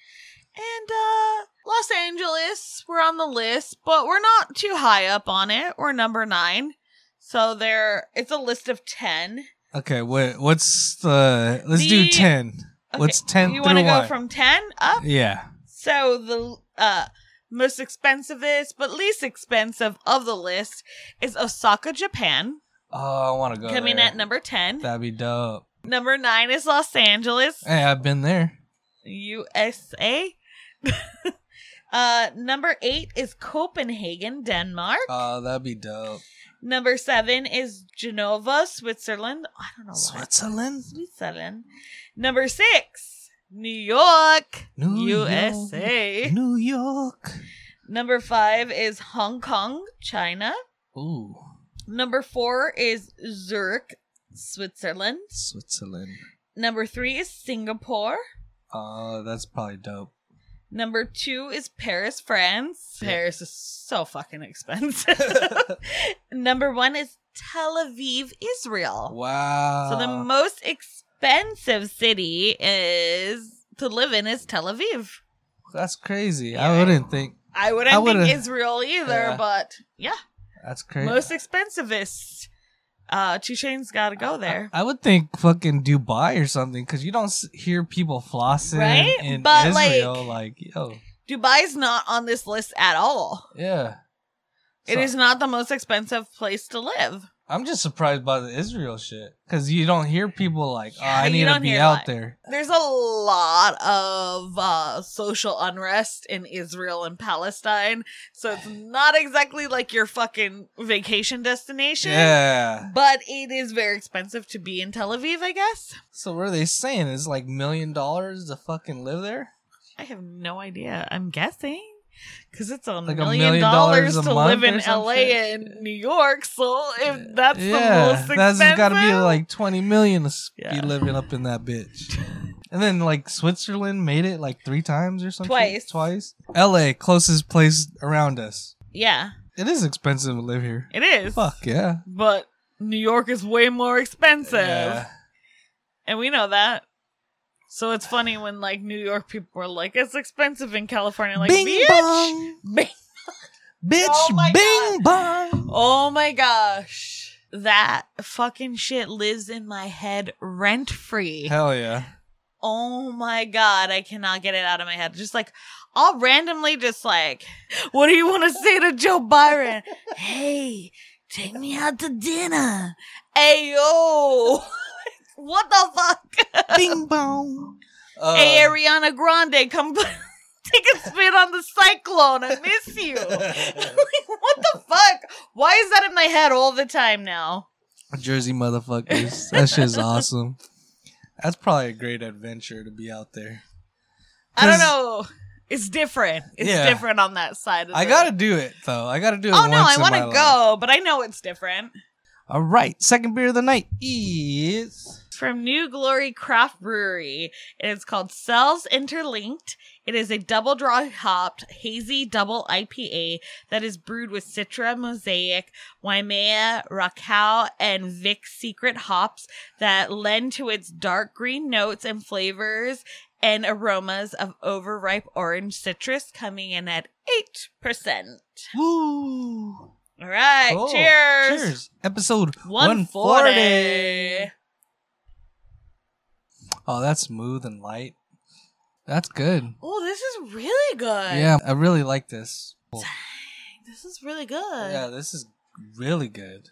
Speaker 2: and uh Los Angeles, we're on the list, but we're not too high up on it. We're number 9. So there it's a list of 10.
Speaker 1: Okay, what what's the let's
Speaker 2: The-
Speaker 1: do ten.
Speaker 2: Okay,
Speaker 1: What's ten?
Speaker 2: You
Speaker 1: want to
Speaker 2: go from 10 up?
Speaker 1: Yeah.
Speaker 2: So the uh most expensive is, but least expensive of the list is Osaka, Japan,
Speaker 1: Oh, I want to go.
Speaker 2: coming
Speaker 1: there.
Speaker 2: at number 10.
Speaker 1: That'd be dope.
Speaker 2: Number nine is Los Angeles,
Speaker 1: Hey, I've been there.
Speaker 2: USA. uh, number eight is Copenhagen, Denmark.
Speaker 1: Oh, that'd be dope.
Speaker 2: Number seven is Genova, Switzerland. I don't know why.
Speaker 1: Switzerland?
Speaker 2: Switzerland. Number six, New York,
Speaker 1: New York.
Speaker 2: USA.
Speaker 1: New York.
Speaker 2: Number five is Hong Kong, China.
Speaker 1: Ooh,
Speaker 2: Number four is Zurich, Switzerland.
Speaker 1: Switzerland.
Speaker 2: Number three is Singapore.
Speaker 1: Uh, that's probably dope.
Speaker 2: Number two is Paris, France.
Speaker 1: Yeah.
Speaker 2: Paris is so fucking expensive. Number one is Tel Aviv, Israel.
Speaker 1: wow.
Speaker 2: So the most expensive city is to live in is Tel Aviv.
Speaker 1: that's crazy.
Speaker 2: Yeah.
Speaker 1: I wouldn't think
Speaker 2: I wouldn't
Speaker 1: I would've-
Speaker 2: think Israel either,
Speaker 1: Yeah.
Speaker 2: but yeah,
Speaker 1: that's crazy.
Speaker 2: most expensivest. Uh, Chain's got to go there.
Speaker 1: I, I would think fucking Dubai or something because you don't s- hear people flossing
Speaker 2: Right?
Speaker 1: in
Speaker 2: But, like-
Speaker 1: Israel. Like, yo,
Speaker 2: Dubai's not on this list at all.
Speaker 1: yeah.
Speaker 2: It
Speaker 1: So-
Speaker 2: is not the most expensive place to live.
Speaker 1: I'm just surprised by the Israel shit because you don't hear people like, oh,
Speaker 2: Yeah,
Speaker 1: I
Speaker 2: you
Speaker 1: need to
Speaker 2: don't
Speaker 1: be
Speaker 2: hear
Speaker 1: out
Speaker 2: that.
Speaker 1: there.
Speaker 2: There's a lot of uh, social unrest in Israel and Palestine, so it's not exactly like your fucking vacation destination.
Speaker 1: Yeah.
Speaker 2: But it is very expensive to be in Tel Aviv, I guess.
Speaker 1: So what are they saying? It's like million dollars to fucking live there?
Speaker 2: I have no idea. I'm guessing because it's a,
Speaker 1: Like a
Speaker 2: million
Speaker 1: million
Speaker 2: dollars,
Speaker 1: dollars a
Speaker 2: to live
Speaker 1: month or
Speaker 2: in
Speaker 1: some
Speaker 2: LA
Speaker 1: shit.
Speaker 2: and New York. So if that's the most
Speaker 1: that's
Speaker 2: expensive,
Speaker 1: got to be like twenty million to s-
Speaker 2: Yeah.
Speaker 1: be living up in that bitch. and then like Switzerland made it like three times or something.
Speaker 2: Twice.
Speaker 1: Twice. L.A. closest place around us.
Speaker 2: yeah,
Speaker 1: It is expensive to live here.
Speaker 2: it is.
Speaker 1: Fuck yeah.
Speaker 2: But New York is way more expensive,
Speaker 1: Yeah.
Speaker 2: and we know that. So it's funny when like New York people are like, "It's expensive in California." Like,
Speaker 1: bing
Speaker 2: bitch,
Speaker 1: bong,
Speaker 2: Bing-
Speaker 1: bitch.
Speaker 2: Oh my
Speaker 1: bing bong.
Speaker 2: Oh my gosh, that fucking shit lives in my head rent free.
Speaker 1: Hell yeah.
Speaker 2: oh my god i cannot get it out of my head just like i'll randomly just like what do you want to say to joe byron hey take me out to dinner ayo what the fuck
Speaker 1: bing bong. Uh,
Speaker 2: hey ariana grande come take a spin on the cyclone i miss you what the fuck why is that in my head all the time now
Speaker 1: Jersey motherfuckers. That shit's awesome. That's probably a great adventure to be out there.
Speaker 2: i don't
Speaker 1: 'Cause-
Speaker 2: know it's different it's
Speaker 1: Yeah.
Speaker 2: different on that side of
Speaker 1: I
Speaker 2: the-
Speaker 1: gotta do it though. I gotta do it.
Speaker 2: Oh no,
Speaker 1: once
Speaker 2: I
Speaker 1: in
Speaker 2: want
Speaker 1: my
Speaker 2: to
Speaker 1: life.
Speaker 2: go, but I know it's different.
Speaker 1: All right, second beer of the night is
Speaker 2: It's from New Glory Craft Brewery, and it's called Cells Interlinked. It is a double dry hopped hazy double IPA that is brewed with Citra, Mosaic, Waimea, Raquel, and Vic secret hops that lend to its dark green notes and flavors and aromas of overripe orange citrus coming in at 8%.
Speaker 1: woo.
Speaker 2: All right,
Speaker 1: Cool.
Speaker 2: cheers.
Speaker 1: Cheers. Episode
Speaker 2: 140.
Speaker 1: Oh, that's smooth and light. That's good.
Speaker 2: Oh, this is really good.
Speaker 1: Yeah, I really like this.
Speaker 2: This is really good.
Speaker 1: Yeah, this is really good.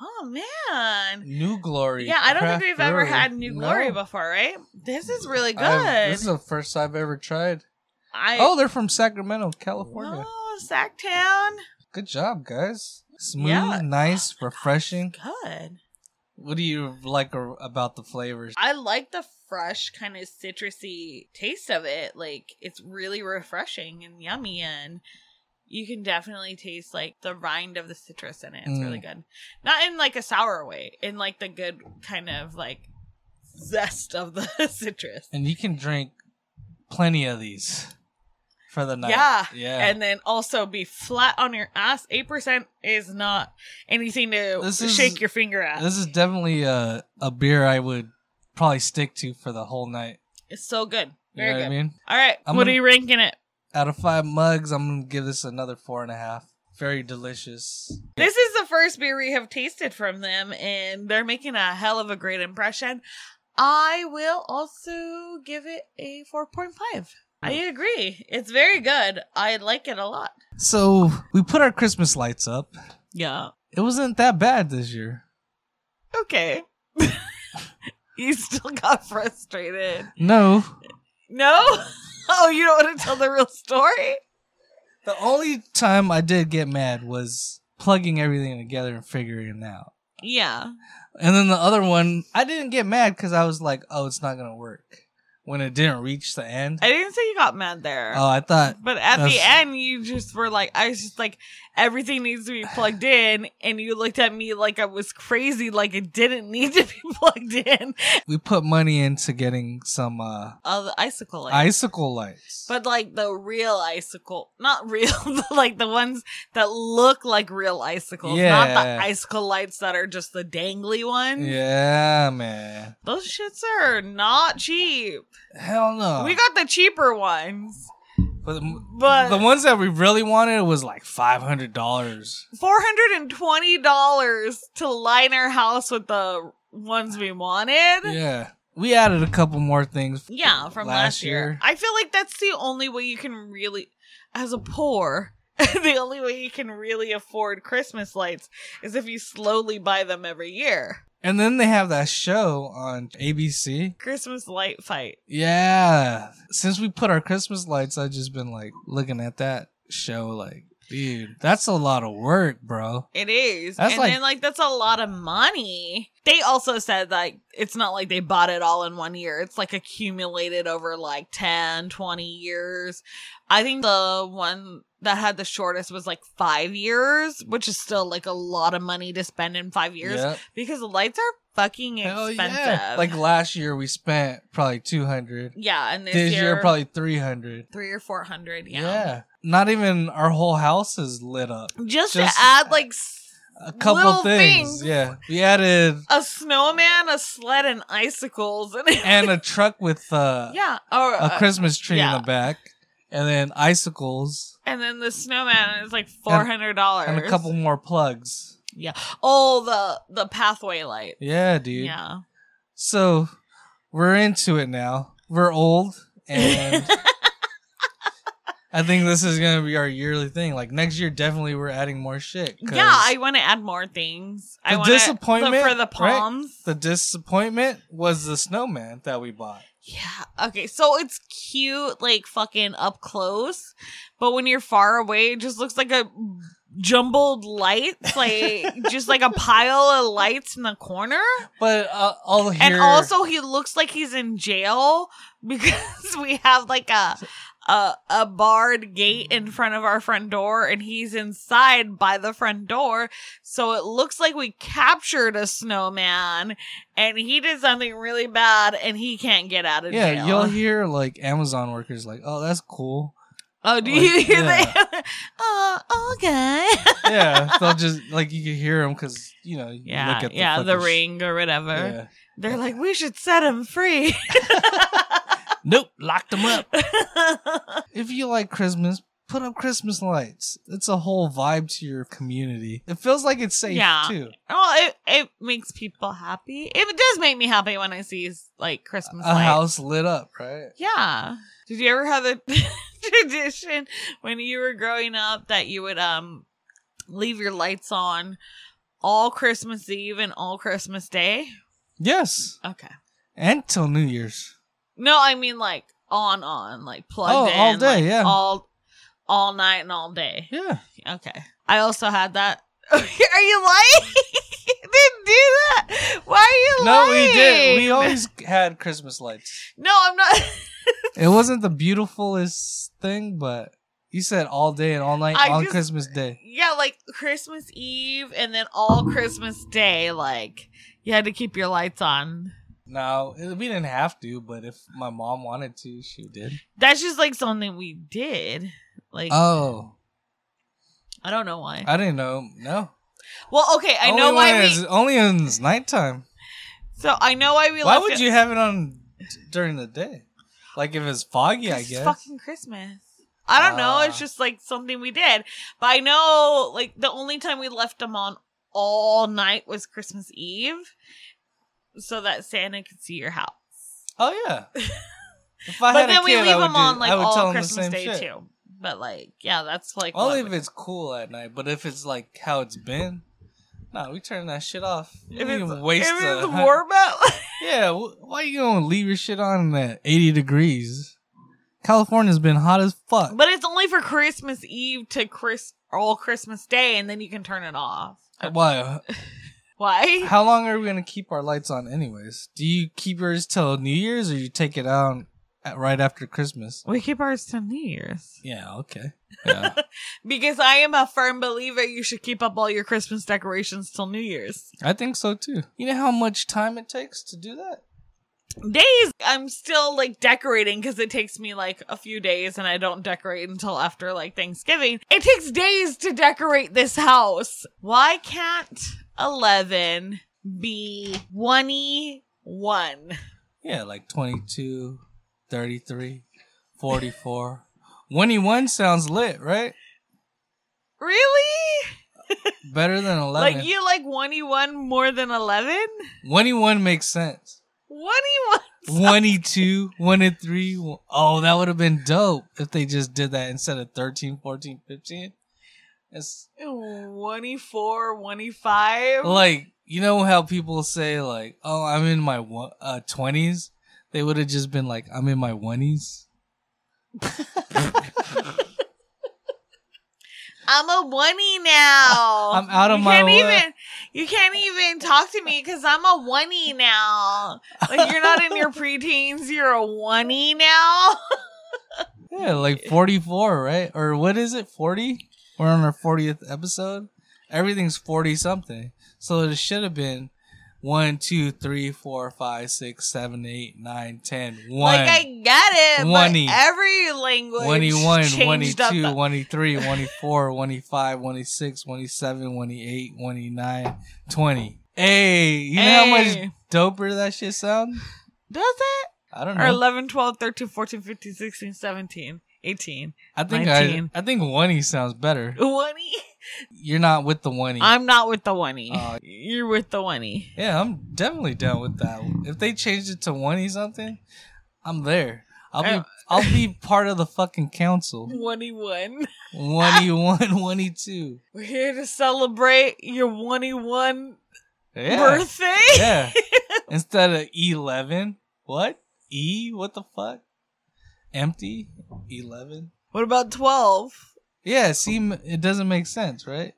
Speaker 2: Oh man.
Speaker 1: New Glory.
Speaker 2: Yeah, I don't
Speaker 1: Craft
Speaker 2: think we've ever
Speaker 1: Brewery.
Speaker 2: had New Glory
Speaker 1: No.
Speaker 2: before, right? This is really good.
Speaker 1: I've- this is the first I've ever tried.
Speaker 2: I
Speaker 1: oh, they're from Sacramento, California.
Speaker 2: oh, Sacktown.
Speaker 1: Good job, guys. Smooth,
Speaker 2: Yeah.
Speaker 1: nice, refreshing.
Speaker 2: Good.
Speaker 1: What do you like ar- about the flavors?
Speaker 2: I like the fresh kind of citrusy taste of it. Like it's really refreshing and yummy and you can definitely taste like the rind of the citrus in it. It's
Speaker 1: Mm.
Speaker 2: really good. Not in like a sour way, in like the good kind of like zest of the citrus.
Speaker 1: And you can drink plenty of these for the night.
Speaker 2: Yeah.
Speaker 1: Yeah.
Speaker 2: and then also be flat on your ass. Eight percent is not anything to
Speaker 1: This is-
Speaker 2: shake your finger at.
Speaker 1: this is definitely a, a beer I would probably stick to for the whole night.
Speaker 2: it's so good,
Speaker 1: You
Speaker 2: very
Speaker 1: know
Speaker 2: good.
Speaker 1: what I mean?
Speaker 2: All right,
Speaker 1: I'm
Speaker 2: what
Speaker 1: gonna-
Speaker 2: are you ranking it?
Speaker 1: Out of five mugs, I'm going to give this another four and a half. Very delicious.
Speaker 2: This is the first beer we have tasted from them, and they're making a hell of a great impression. I will also give it a four point five. I agree. It's very good. I like it a lot.
Speaker 1: So we put our Christmas lights up.
Speaker 2: Yeah.
Speaker 1: It wasn't that bad this year.
Speaker 2: Okay. you still got frustrated.
Speaker 1: No.
Speaker 2: No? Oh, you don't want to tell the real story?
Speaker 1: The only time I did get mad was plugging everything together and figuring it out.
Speaker 2: Yeah.
Speaker 1: And then the other one, I didn't get mad because I was like, oh, it's not gonna work when it didn't reach the end.
Speaker 2: I didn't say you got mad there.
Speaker 1: Oh, I thought
Speaker 2: but at the
Speaker 1: that's-
Speaker 2: end, you just were like, I was just like, everything needs to be plugged in. And you looked at me like I was crazy, like it didn't need to be plugged in.
Speaker 1: we put money into getting some uh,
Speaker 2: Oh, the icicle light.
Speaker 1: icicle lights.
Speaker 2: But like the real icicle, not real, but like the ones that look like real icicles, not
Speaker 1: Yeah.
Speaker 2: the icicle lights that are just the dangly ones.
Speaker 1: yeah, man,
Speaker 2: Those shits are not cheap.
Speaker 1: hell no.
Speaker 2: We got the cheaper ones,
Speaker 1: but the,
Speaker 2: but
Speaker 1: the ones that we really wanted was like five hundred dollars.
Speaker 2: four hundred and twenty dollars to line our house with the ones we wanted.
Speaker 1: Yeah, we added a couple more things.
Speaker 2: Yeah, from last,
Speaker 1: Last
Speaker 2: year.
Speaker 1: year.
Speaker 2: I feel like that's the only way you can really, as a poor, the only way you can really afford Christmas lights is if you slowly buy them every year.
Speaker 1: And then they have that show on ABC.
Speaker 2: Christmas light fight.
Speaker 1: Yeah. Since we put our Christmas lights, I've just been like looking at that show like, dude, that's a lot of work, bro.
Speaker 2: It is.
Speaker 1: That's
Speaker 2: and
Speaker 1: like-
Speaker 2: then, like, that's a lot of money. They also said, like, it's not like they bought it all in one year. It's, like, accumulated over, like, 10, 20 years. I think the one that had the shortest was, like, five years, which is still, like, a lot of money to spend in five years.
Speaker 1: Yep.
Speaker 2: Because the lights are fucking
Speaker 1: Hell
Speaker 2: expensive.
Speaker 1: yeah. Like last year we spent probably 200.
Speaker 2: yeah, and this,
Speaker 1: This, year, probably 300.
Speaker 2: three or four hundred.
Speaker 1: Yeah.
Speaker 2: Yeah.
Speaker 1: Not even our whole house is lit up.
Speaker 2: Just,
Speaker 1: Just-
Speaker 2: to add like s-
Speaker 1: A couple
Speaker 2: Little
Speaker 1: things.
Speaker 2: things.
Speaker 1: Yeah. We added
Speaker 2: a snowman, a sled, and icicles, and
Speaker 1: and a truck with uh,
Speaker 2: yeah, Oh, or
Speaker 1: a Christmas tree
Speaker 2: yeah.
Speaker 1: in the back and then icicles
Speaker 2: and then the snowman is like four hundred dollars
Speaker 1: and a couple more plugs.
Speaker 2: Yeah. Oh, the the pathway light.
Speaker 1: Yeah, dude.
Speaker 2: Yeah.
Speaker 1: So we're into it now. We're old, and I think this is gonna be our yearly thing. Like next year, definitely we're adding more shit. 'cause
Speaker 2: Yeah, I want to add more things. I
Speaker 1: The
Speaker 2: want
Speaker 1: disappointment,
Speaker 2: for the
Speaker 1: right?
Speaker 2: palms.
Speaker 1: the disappointment was the snowman that we bought.
Speaker 2: Yeah. Okay. So it's cute, like fucking up close, but when you're far away, it just looks like a jumbled lights, like just like a pile of lights in the corner.
Speaker 1: But uh, I'll hear.
Speaker 2: And also, he looks like he's in jail because we have like a. A, a barred gate in front of our front door, and he's inside by the front door. So it looks like we captured a snowman, and he did something really bad, and he can't get out of
Speaker 1: yeah,
Speaker 2: jail.
Speaker 1: you'll hear like Amazon workers like, "Oh, that's cool."
Speaker 2: Oh, do
Speaker 1: Like,
Speaker 2: you hear
Speaker 1: yeah.
Speaker 2: that? oh, okay.
Speaker 1: Yeah, they'll just like you can hear them because you know you
Speaker 2: Yeah,
Speaker 1: look at the
Speaker 2: yeah, the
Speaker 1: fucking sh-
Speaker 2: ring or whatever.
Speaker 1: Yeah.
Speaker 2: They're like, we should set him free.
Speaker 1: Nope, locked them up. if you like Christmas, put up Christmas lights. It's a whole vibe to your community. It feels like it's safe
Speaker 2: Yeah.
Speaker 1: too.
Speaker 2: well, it, it makes people happy. It does make me happy when I see like Christmas
Speaker 1: A
Speaker 2: lights.
Speaker 1: house lit up, right?
Speaker 2: Yeah. Did you ever have a tradition when you were growing up that you would um leave your lights on all Christmas Eve and all Christmas Day?
Speaker 1: Yes.
Speaker 2: Okay.
Speaker 1: And till New Year's.
Speaker 2: No, I mean like on on like plugged
Speaker 1: Oh,
Speaker 2: in
Speaker 1: all day,
Speaker 2: like,
Speaker 1: yeah.
Speaker 2: all all night and all day.
Speaker 1: Yeah.
Speaker 2: Okay, I also had that. Are you lying? You Didn't do that. Why are you
Speaker 1: No,
Speaker 2: lying?
Speaker 1: we did. We always had Christmas lights.
Speaker 2: No, I'm not.
Speaker 1: It wasn't the beautifulest thing, but you said all day and all night
Speaker 2: I
Speaker 1: on
Speaker 2: just-
Speaker 1: Christmas Day.
Speaker 2: yeah, like Christmas Eve and then all Christmas Day. Like you had to keep your lights on.
Speaker 1: No, it- we didn't have to, but if my mom wanted to, she did.
Speaker 2: That's just like something we did. Like
Speaker 1: Oh,
Speaker 2: I don't know why.
Speaker 1: I didn't know. No,
Speaker 2: well, okay, I know
Speaker 1: Only when
Speaker 2: why
Speaker 1: it's-
Speaker 2: we.
Speaker 1: only in it's nighttime.
Speaker 2: So I know why we.
Speaker 1: Why
Speaker 2: left
Speaker 1: would
Speaker 2: it-
Speaker 1: you have it on d- during the day? Like if it's foggy, I
Speaker 2: It's
Speaker 1: guess.
Speaker 2: fucking Christmas. I don't know. It's
Speaker 1: Ah.
Speaker 2: just like something we did. But I know, like, the only time we left them on all night was Christmas Eve so that Santa could see your house.
Speaker 1: oh yeah. If I
Speaker 2: but
Speaker 1: had
Speaker 2: then
Speaker 1: a
Speaker 2: we
Speaker 1: kid,
Speaker 2: leave
Speaker 1: I would
Speaker 2: them
Speaker 1: do-
Speaker 2: on, like,
Speaker 1: I would tell
Speaker 2: all
Speaker 1: him the
Speaker 2: Christmas
Speaker 1: same
Speaker 2: Day,
Speaker 1: shit.
Speaker 2: too. But, like, yeah, that's like. what
Speaker 1: Only if
Speaker 2: we-
Speaker 1: it's cool at night. But if it's like how it's been, nah, we turn that shit off. You
Speaker 2: if
Speaker 1: don't
Speaker 2: it's,
Speaker 1: even waste
Speaker 2: if it's
Speaker 1: the-
Speaker 2: warm out.
Speaker 1: Yeah, wh- why you gonna leave your shit on at eighty degrees? California's been hot as fuck.
Speaker 2: But it's only for Christmas Eve to Chris all Christmas Day, and then you can turn it off.
Speaker 1: Why?
Speaker 2: Why?
Speaker 1: How long are we gonna keep our lights on, anyways? Do you keep yours till New Year's, or you take it out at, right after Christmas?
Speaker 2: We keep ours to New Year's
Speaker 1: Yeah. Okay. Yeah.
Speaker 2: because I am a firm believer you should keep up all your Christmas decorations till New Year's.
Speaker 1: I think so too. You know how much time it takes to do that?
Speaker 2: Days I'm still like decorating because it takes me like a few days, and I don't decorate until after like Thanksgiving. It takes days to decorate this house. Why can't eleven be twenty one?
Speaker 1: Yeah, like 22, 33, 44. 21 sounds lit, right?
Speaker 2: Really?
Speaker 1: Better than 11.
Speaker 2: Like you like 21 more than 11?
Speaker 1: 21 makes sense.
Speaker 2: 21.
Speaker 1: 22, 23. one- Oh, that would have been dope if they just did that instead of 13, 14, 15. It's
Speaker 2: e 24, 25.
Speaker 1: like, you know how people say, like, oh, I'm in my one- uh, 20s? They would have just been like, I'm in my 20s.
Speaker 2: I'm a oney now.
Speaker 1: I'm out of
Speaker 2: you
Speaker 1: my
Speaker 2: Can't
Speaker 1: way.
Speaker 2: even, you can't even talk to me because I'm a oney now. Like you're not in your preteens, you're a oney now.
Speaker 1: Yeah, like 44, right? Or what is it? 40? We're on our 40th episode. Everything's 40 something. So it should have been 1, 2, 3, 4, 5, 6, 7, 8, 9, 10, 1.
Speaker 2: Like I get it,
Speaker 1: Oney.
Speaker 2: but every language
Speaker 1: 21,
Speaker 2: changed
Speaker 1: 22,
Speaker 2: up.
Speaker 1: 23, 24, 25, 26, 27, 28, 29, 20. Hey, you know how
Speaker 2: Hey.
Speaker 1: much doper that shit sound?
Speaker 2: Does it?
Speaker 1: I don't
Speaker 2: Or
Speaker 1: know.
Speaker 2: 11, 12, 13, 14, 15, 16, 17, 18.
Speaker 1: I think
Speaker 2: 19.
Speaker 1: I, I think oney sounds better.
Speaker 2: Oney.
Speaker 1: You're not with the E. oney.
Speaker 2: I'm not with the oney.
Speaker 1: Oh.
Speaker 2: You're with the oney.
Speaker 1: Yeah, I'm definitely down with that. If they changed it to twenty something, I'm there. I'll be
Speaker 2: Uh.
Speaker 1: I'll be part of the fucking council.
Speaker 2: Oney one.
Speaker 1: Twenty one, twenty two.
Speaker 2: We're here to celebrate your oney one
Speaker 1: Yeah.
Speaker 2: birthday.
Speaker 1: Yeah. Instead of eleven, what E? What the fuck? Empty eleven.
Speaker 2: What about twelve?
Speaker 1: Yeah. See, m- it doesn't make sense, right?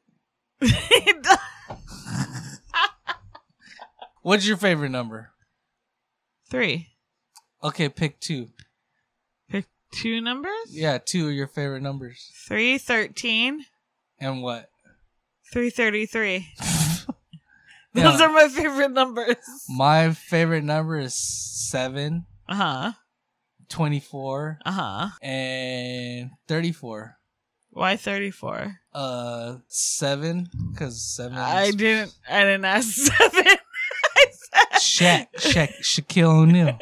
Speaker 1: What's your favorite number?
Speaker 2: Three.
Speaker 1: Okay, pick two.
Speaker 2: Pick two numbers.
Speaker 1: Yeah, two of your favorite numbers.
Speaker 2: Three thirteen.
Speaker 1: And what?
Speaker 2: Three thirty three.
Speaker 1: Yeah.
Speaker 2: Those are my favorite numbers.
Speaker 1: My favorite number is seven.
Speaker 2: Uh huh.
Speaker 1: 24
Speaker 2: Uh huh.
Speaker 1: and 34
Speaker 2: Why thirty four?
Speaker 1: uh 7 because 7
Speaker 2: I
Speaker 1: is-
Speaker 2: didn't. I didn't ask seven. I said-
Speaker 1: Shaq, Shaq, Shaquille O'Neal.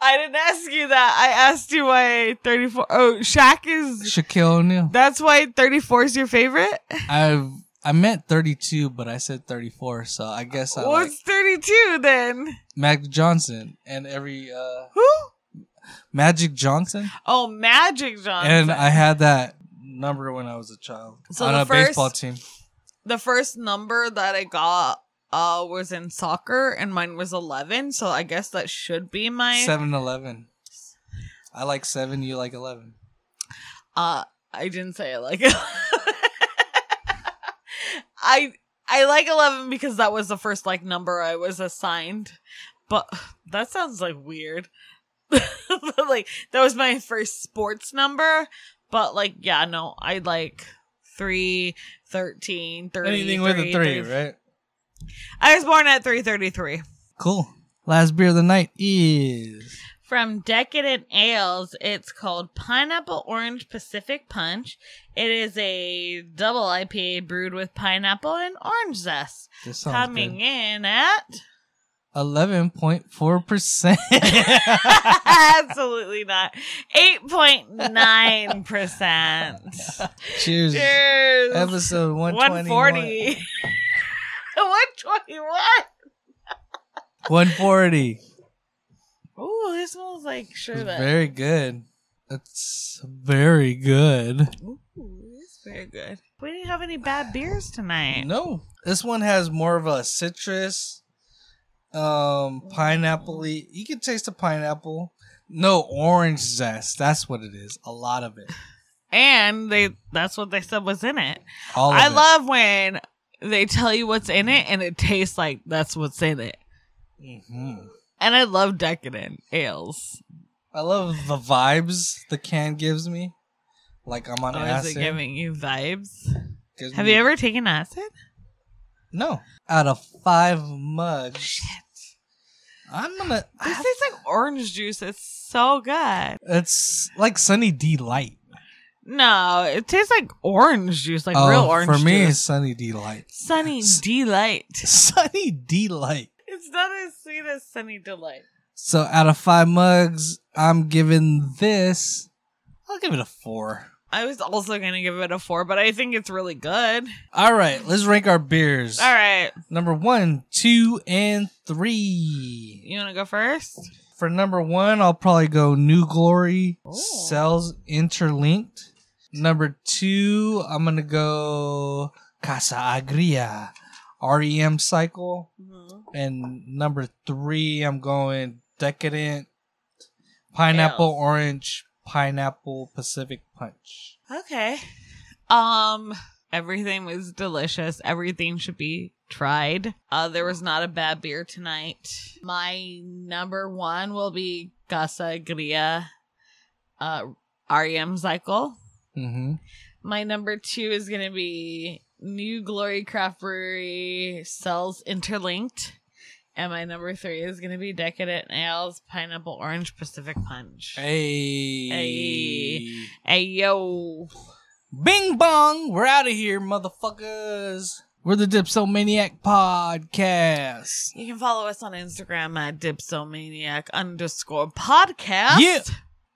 Speaker 2: I didn't ask you that. I asked you why 34. Oh, Shaq is.
Speaker 1: Shaquille O'Neal.
Speaker 2: That's why 34 is your favorite?
Speaker 1: I I meant 32, but I said 34, so I guess I like
Speaker 2: What's 32 then?
Speaker 1: Mac Johnson and every uh
Speaker 2: Who?
Speaker 1: Magic Johnson.
Speaker 2: Oh, Magic Johnson.
Speaker 1: And I had that number when I was a child
Speaker 2: So
Speaker 1: on
Speaker 2: the
Speaker 1: a
Speaker 2: first-
Speaker 1: baseball team.
Speaker 2: the first number that I got uh, was in soccer, and mine was 11. So I guess that should be my.
Speaker 1: 7-Eleven. I like 7, you like 11.
Speaker 2: Uh, I didn't say it like it. I I like eleven because that was the first like number I was assigned. But that sounds like weird. like that was my first sports number. But like yeah, no, I like three, thirteen, thirty.
Speaker 1: Anything with a
Speaker 2: 30.
Speaker 1: 3, right?
Speaker 2: I was born at three thirty three.
Speaker 1: Cool. Last beer of the night is
Speaker 2: From Decadent Ales, it's called Pineapple Orange Pacific Punch. It is a double IPA brewed with pineapple and orange zest.
Speaker 1: this sounds
Speaker 2: Coming in at
Speaker 1: eleven point four percent.
Speaker 2: absolutely not 8.9%.
Speaker 1: Cheers.
Speaker 2: Cheers.
Speaker 1: Episode one forty.
Speaker 2: 140. 121.
Speaker 1: One forty.
Speaker 2: Ooh, this smells like sherbet.
Speaker 1: Very good. That's very good.
Speaker 2: Ooh, it's very good. We didn't have any bad beers tonight.
Speaker 1: No, this one has more of a citrus, um, pineapple. You can taste the pineapple. No, orange zest. That's what it is. A lot of it.
Speaker 2: And they that's what they said was in it.
Speaker 1: All of
Speaker 2: I
Speaker 1: it.
Speaker 2: love when they tell you what's in it and it tastes like that's what's in it.
Speaker 1: Mhm.
Speaker 2: And I love decadent ales.
Speaker 1: I love the vibes the can gives me. Like I'm on
Speaker 2: Or Oh, is
Speaker 1: acid.
Speaker 2: it giving you vibes?
Speaker 1: Gives
Speaker 2: Have
Speaker 1: me-
Speaker 2: you ever taken acid?
Speaker 1: No. Out of five mugs, I'm gonna. I
Speaker 2: This
Speaker 1: have-
Speaker 2: tastes like orange juice. It's so good.
Speaker 1: it's like Sunny D Light.
Speaker 2: No, it tastes like orange juice, like
Speaker 1: Oh,
Speaker 2: real orange
Speaker 1: For me, it's
Speaker 2: juice.
Speaker 1: Sunny D Light.
Speaker 2: Sunny
Speaker 1: S-
Speaker 2: Delight.
Speaker 1: Sunny D Light.
Speaker 2: It's not as sweet as Sunny Delight.
Speaker 1: So out of five mugs, I'm giving this. I'll give it a four.
Speaker 2: I was also gonna give it a four, but I think it's really good.
Speaker 1: All right, let's rank our beers.
Speaker 2: All right,
Speaker 1: Number one, two, and three.
Speaker 2: you wanna go first?
Speaker 1: For number one, I'll probably go New Glory
Speaker 2: Oh.
Speaker 1: Cells Interlinked. Number two, I'm gonna go Casa Agria REM Cycle. And number three, I'm going Decadent Pineapple
Speaker 2: Ales.
Speaker 1: Orange Pineapple Pacific Punch.
Speaker 2: Okay. Um, everything was delicious. Everything should be tried. Uh, there was not a bad beer tonight. My number one will be Casa Gria, uh, REM Cycle.
Speaker 1: Mm-hmm.
Speaker 2: My number two is gonna be New Glory Craft Brewery Cells Interlinked. And my number three is gonna be Decadent Ales Pineapple Orange Pacific Punch.
Speaker 1: Hey.
Speaker 2: Hey. Hey yo.
Speaker 1: Bing bong. We're out of here, motherfuckers. We're the Dipsomaniac Podcast.
Speaker 2: You can follow us on Instagram at dipsomaniac underscore podcast.
Speaker 1: Yeah.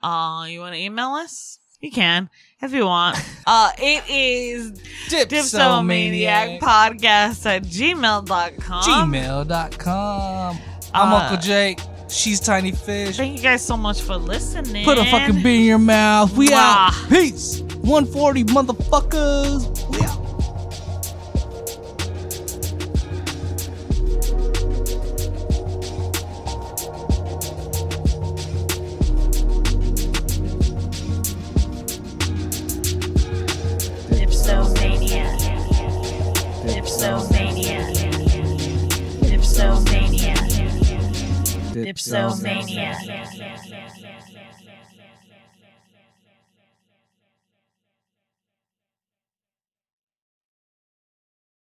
Speaker 2: Uh, you want to email us? You can if you want. uh, it is dipsomaniac podcast at gmail.com.
Speaker 1: Gmail.com. I'm
Speaker 2: Uh,
Speaker 1: Uncle Jake. She's Tiny Fish.
Speaker 2: Thank you guys so much for listening.
Speaker 1: Put a fucking bee in your mouth. We
Speaker 2: Mwah.
Speaker 1: out. Peace. 140 motherfuckers. We out.
Speaker 3: Dipsomania. Dipsomania. Dipsomania. Dipsomania.